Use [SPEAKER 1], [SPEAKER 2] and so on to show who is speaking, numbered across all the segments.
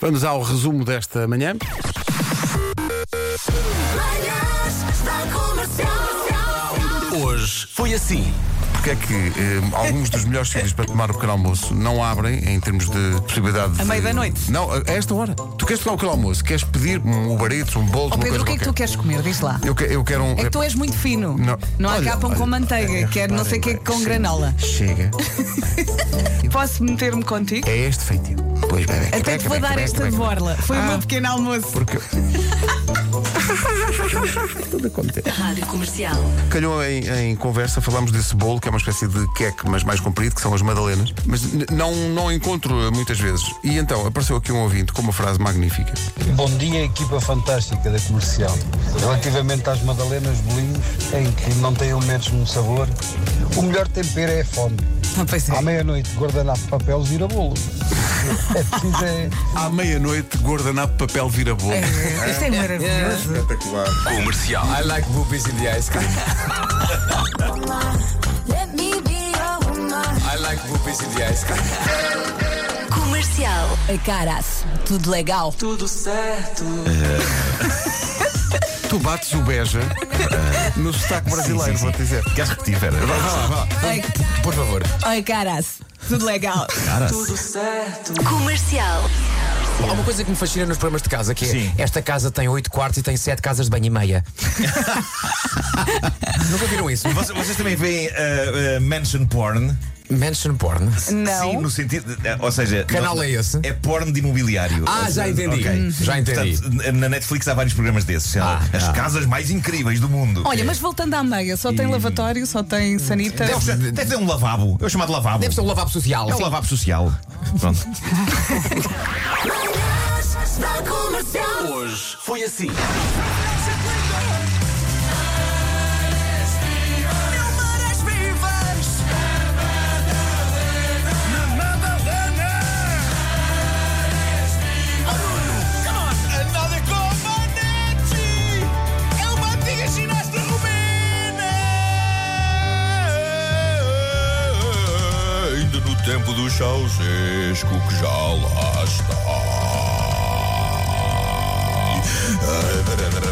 [SPEAKER 1] Vamos ao resumo desta manhã.
[SPEAKER 2] Manhãs da Comercial.
[SPEAKER 1] Hoje
[SPEAKER 3] Foi assim.
[SPEAKER 1] Porque é que eh, alguns dos melhores sítios para tomar o pequeno almoço não abrem em termos de possibilidade de.
[SPEAKER 4] A meio da noite?
[SPEAKER 1] Não, a esta hora. Tu queres tomar o pequeno almoço? Queres pedir um Uber Eats, um bolo,
[SPEAKER 4] Ó
[SPEAKER 1] uma
[SPEAKER 4] Pedro,
[SPEAKER 1] coisa
[SPEAKER 4] o que é que tu
[SPEAKER 1] qualquer?
[SPEAKER 4] queres comer? Diz lá.
[SPEAKER 1] Eu, que- eu quero um.
[SPEAKER 4] É que tu és muito fino.
[SPEAKER 1] Não.
[SPEAKER 4] Não há
[SPEAKER 1] Olha,
[SPEAKER 4] capão
[SPEAKER 1] olha,
[SPEAKER 4] com
[SPEAKER 1] é,
[SPEAKER 4] manteiga. Quero não sei o que é com
[SPEAKER 1] Chega,
[SPEAKER 4] granola.
[SPEAKER 1] Chega.
[SPEAKER 4] Posso meter-me contigo?
[SPEAKER 1] É este feitio. Pois bem, bem,
[SPEAKER 4] Até
[SPEAKER 1] bem,
[SPEAKER 4] te vou
[SPEAKER 1] bem,
[SPEAKER 4] dar
[SPEAKER 1] bem,
[SPEAKER 4] esta
[SPEAKER 1] bem,
[SPEAKER 4] de
[SPEAKER 1] bem.
[SPEAKER 4] borla. Foi o meu pequeno almoço.
[SPEAKER 1] Porque. Tudo acontece.
[SPEAKER 2] Rádio Comercial.
[SPEAKER 1] Calhou em, em conversa, falámos desse bolo, que é uma espécie de queque, mas mais comprido, que são as madalenas. Mas n- não, não encontro eh, muitas vezes. E então apareceu aqui um ouvinte com uma frase magnífica.
[SPEAKER 5] Bom dia, equipa fantástica da comercial. Relativamente às Madalenas Bolinhos, em que não têm o mesmo sabor, o melhor tempero é a fome.
[SPEAKER 4] Ah, pois é.
[SPEAKER 5] À meia-noite, guardanapo de papel, vira bolo. É preciso é.
[SPEAKER 1] À meia-noite, guardanapo de papel vira bolo.
[SPEAKER 4] É, Isto é maravilhoso.
[SPEAKER 3] Comercial.
[SPEAKER 6] I like boobies in the ice cream.
[SPEAKER 2] Let me be your woman.
[SPEAKER 6] I like boobies in the ice cream.
[SPEAKER 2] Comercial. A caras. Tudo legal.
[SPEAKER 1] Tu bates o beja no sotaque brasileiro, vou te dizer.
[SPEAKER 3] Queres repetir, Vera?
[SPEAKER 4] Ai,
[SPEAKER 6] Por favor.
[SPEAKER 4] ai, caras. Tudo legal.
[SPEAKER 2] Comercial.
[SPEAKER 6] Há uma coisa que me fascina nos programas de casa que é
[SPEAKER 3] Sim.
[SPEAKER 6] esta casa tem 8 quartos e tem 7 casas de banho e meia. Nunca viram isso?
[SPEAKER 3] Vocês, vocês também veem ah, ah, mansion porn?
[SPEAKER 6] Mansion porn.
[SPEAKER 4] Não.
[SPEAKER 3] Sim, no sentido. de- eh, ou seja.
[SPEAKER 6] canal
[SPEAKER 3] não-
[SPEAKER 6] é esse?
[SPEAKER 3] É porn de imobiliário.
[SPEAKER 6] Ah,
[SPEAKER 3] Ou
[SPEAKER 6] já
[SPEAKER 3] seja,
[SPEAKER 6] entendi.
[SPEAKER 3] ok.
[SPEAKER 6] Hum. Já entendi.
[SPEAKER 3] Portanto, na Netflix há vários programas desses. sei lá,
[SPEAKER 6] Ah,
[SPEAKER 3] as
[SPEAKER 6] ah.
[SPEAKER 3] casas mais incríveis do mundo.
[SPEAKER 4] Olha, mas voltando à meia, só tem lavatório, só tem sanita.
[SPEAKER 3] Deve ser, deve ser um lavabo. É o chamado lavabo.
[SPEAKER 6] Deve ser um lavabo social.
[SPEAKER 3] É um
[SPEAKER 6] Sim.
[SPEAKER 3] lavabo social. Pronto.
[SPEAKER 2] Manhãs da Comercial.
[SPEAKER 3] Foi assim.
[SPEAKER 7] Ainda no tempo do Chausesco que já lá
[SPEAKER 3] Ah, ah.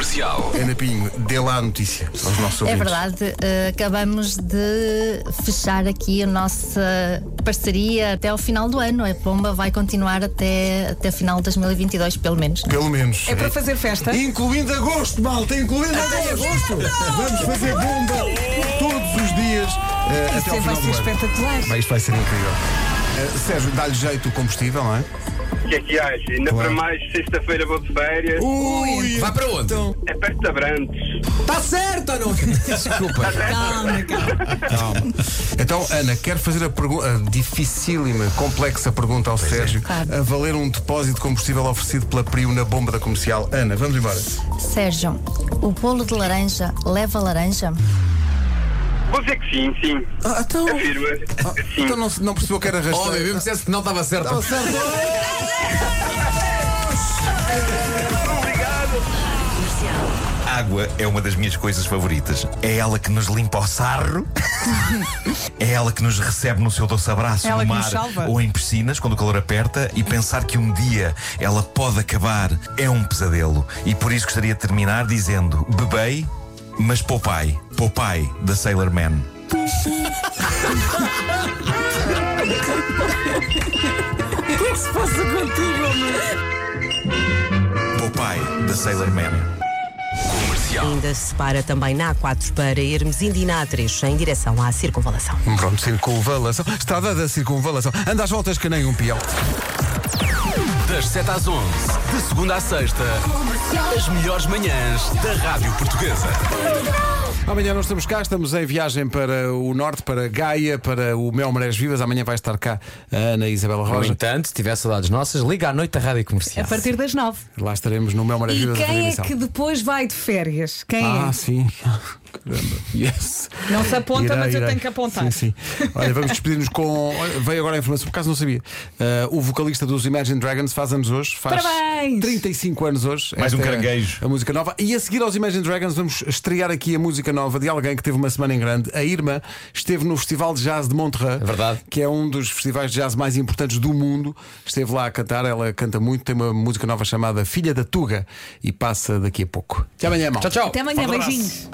[SPEAKER 7] está.
[SPEAKER 1] Ana Pinho, dê lá a notícia aos nossos
[SPEAKER 8] É
[SPEAKER 1] ouvintes.
[SPEAKER 8] verdade, eh, acabamos de fechar aqui a nossa parceria até ao final do ano. A Pomba vai continuar até, até o final de 2022, pelo menos.
[SPEAKER 1] Pelo menos.
[SPEAKER 4] É para fazer festa?
[SPEAKER 1] Incluindo agosto, malta, incluindo agosto. Vamos fazer bomba todos os dias eh,
[SPEAKER 4] Isso é
[SPEAKER 1] até ao
[SPEAKER 4] vai
[SPEAKER 1] final
[SPEAKER 4] ser
[SPEAKER 1] do ano.
[SPEAKER 4] espetacular.
[SPEAKER 1] Bem, Ah, isto vai ser incrível. Eh, Sérgio, dá-lhe jeito o combustível, não é?
[SPEAKER 9] O que é que há? Ainda
[SPEAKER 1] Claro.
[SPEAKER 9] para mais, sexta-feira vou de férias.
[SPEAKER 1] Uh. Ui!
[SPEAKER 6] Vai para onde?
[SPEAKER 3] Então,
[SPEAKER 9] É perto de Abrantes.
[SPEAKER 6] Está certo ou não? Desculpa.
[SPEAKER 4] Calma, calma.
[SPEAKER 1] Então, Ana, quero fazer a, pergu- a dificílima, complexa pergunta ao Sérgio
[SPEAKER 8] Claro.
[SPEAKER 1] a valer um depósito de combustível oferecido pela Priu na bomba da comercial. Ana, vamos embora.
[SPEAKER 8] Sérgio, o bolo de laranja leva laranja?
[SPEAKER 9] Vou dizer que sim, sim.
[SPEAKER 1] Ah, então.
[SPEAKER 9] Afirma.
[SPEAKER 1] Ah,
[SPEAKER 4] assim.
[SPEAKER 9] sim.
[SPEAKER 1] então não, se- não percebeu que era
[SPEAKER 6] Oh,
[SPEAKER 1] rasteiro.
[SPEAKER 6] bebê, me dissesse que não estava certo.
[SPEAKER 1] Estava certo.
[SPEAKER 3] Água é uma das minhas coisas favoritas. É ela que nos limpa o sarro. é ela que nos recebe no seu doce abraço
[SPEAKER 4] É ela
[SPEAKER 3] no
[SPEAKER 4] que nos
[SPEAKER 3] mar
[SPEAKER 4] salva.
[SPEAKER 3] ou em piscinas quando o calor aperta e pensar que um dia ela pode acabar é um pesadelo. E por isso gostaria de terminar dizendo: bebei, mas poupai, poupai da Sailor Man. Poupai da Sailor Man.
[SPEAKER 10] Ainda separa também na A4 para Hermes Indinápolis, em direção à circunvalação.
[SPEAKER 1] Hum, Pronto, circunvalação. Estrada da circunvalação. Anda às voltas que nem um peão.
[SPEAKER 11] Das 7 às 11, de segunda à sexta, as melhores manhãs da Rádio Portuguesa.
[SPEAKER 1] Amanhã não estamos cá, estamos em viagem para o norte, para Gaia, para o Mel Marés Vivas. Amanhã vai estar cá a Ana Isabela
[SPEAKER 6] No
[SPEAKER 1] Roja.
[SPEAKER 6] entanto, se tiver saudades nossas, liga à noite à rádio comercial.
[SPEAKER 4] A partir das nove.
[SPEAKER 1] Lá estaremos no Mel Marés
[SPEAKER 4] E
[SPEAKER 1] Vivas a fazer
[SPEAKER 4] quem é
[SPEAKER 1] emissão.
[SPEAKER 4] que depois vai de férias? Quem
[SPEAKER 1] Ah,
[SPEAKER 4] é?
[SPEAKER 1] sim. Caramba. Yes.
[SPEAKER 4] Não se aponta,
[SPEAKER 1] Irá,
[SPEAKER 4] mas eu
[SPEAKER 1] irá.
[SPEAKER 4] tenho que apontar.
[SPEAKER 1] Sim, sim. Olha, vamos despedir-nos com. olha, Veio agora a informação, por acaso não sabia. Ah, o vocalista dos Imagine Dragons faz anos hoje. Faz
[SPEAKER 4] Parabéns!
[SPEAKER 1] 35 anos hoje.
[SPEAKER 3] Mais um
[SPEAKER 1] Esta é
[SPEAKER 3] caranguejo.
[SPEAKER 1] A música nova. E a seguir aos Imagine Dragons, vamos estrear aqui a música nova de alguém que teve uma semana em grande. A Irma esteve no Festival de Jazz de Montreux. verdade. Que é um dos festivais de jazz mais importantes do mundo. Esteve lá a cantar, ela canta muito. Tem uma música nova chamada Filha da Tuga. E passa daqui a pouco. Até amanhã, mal.
[SPEAKER 4] Até amanhã, beijinhos.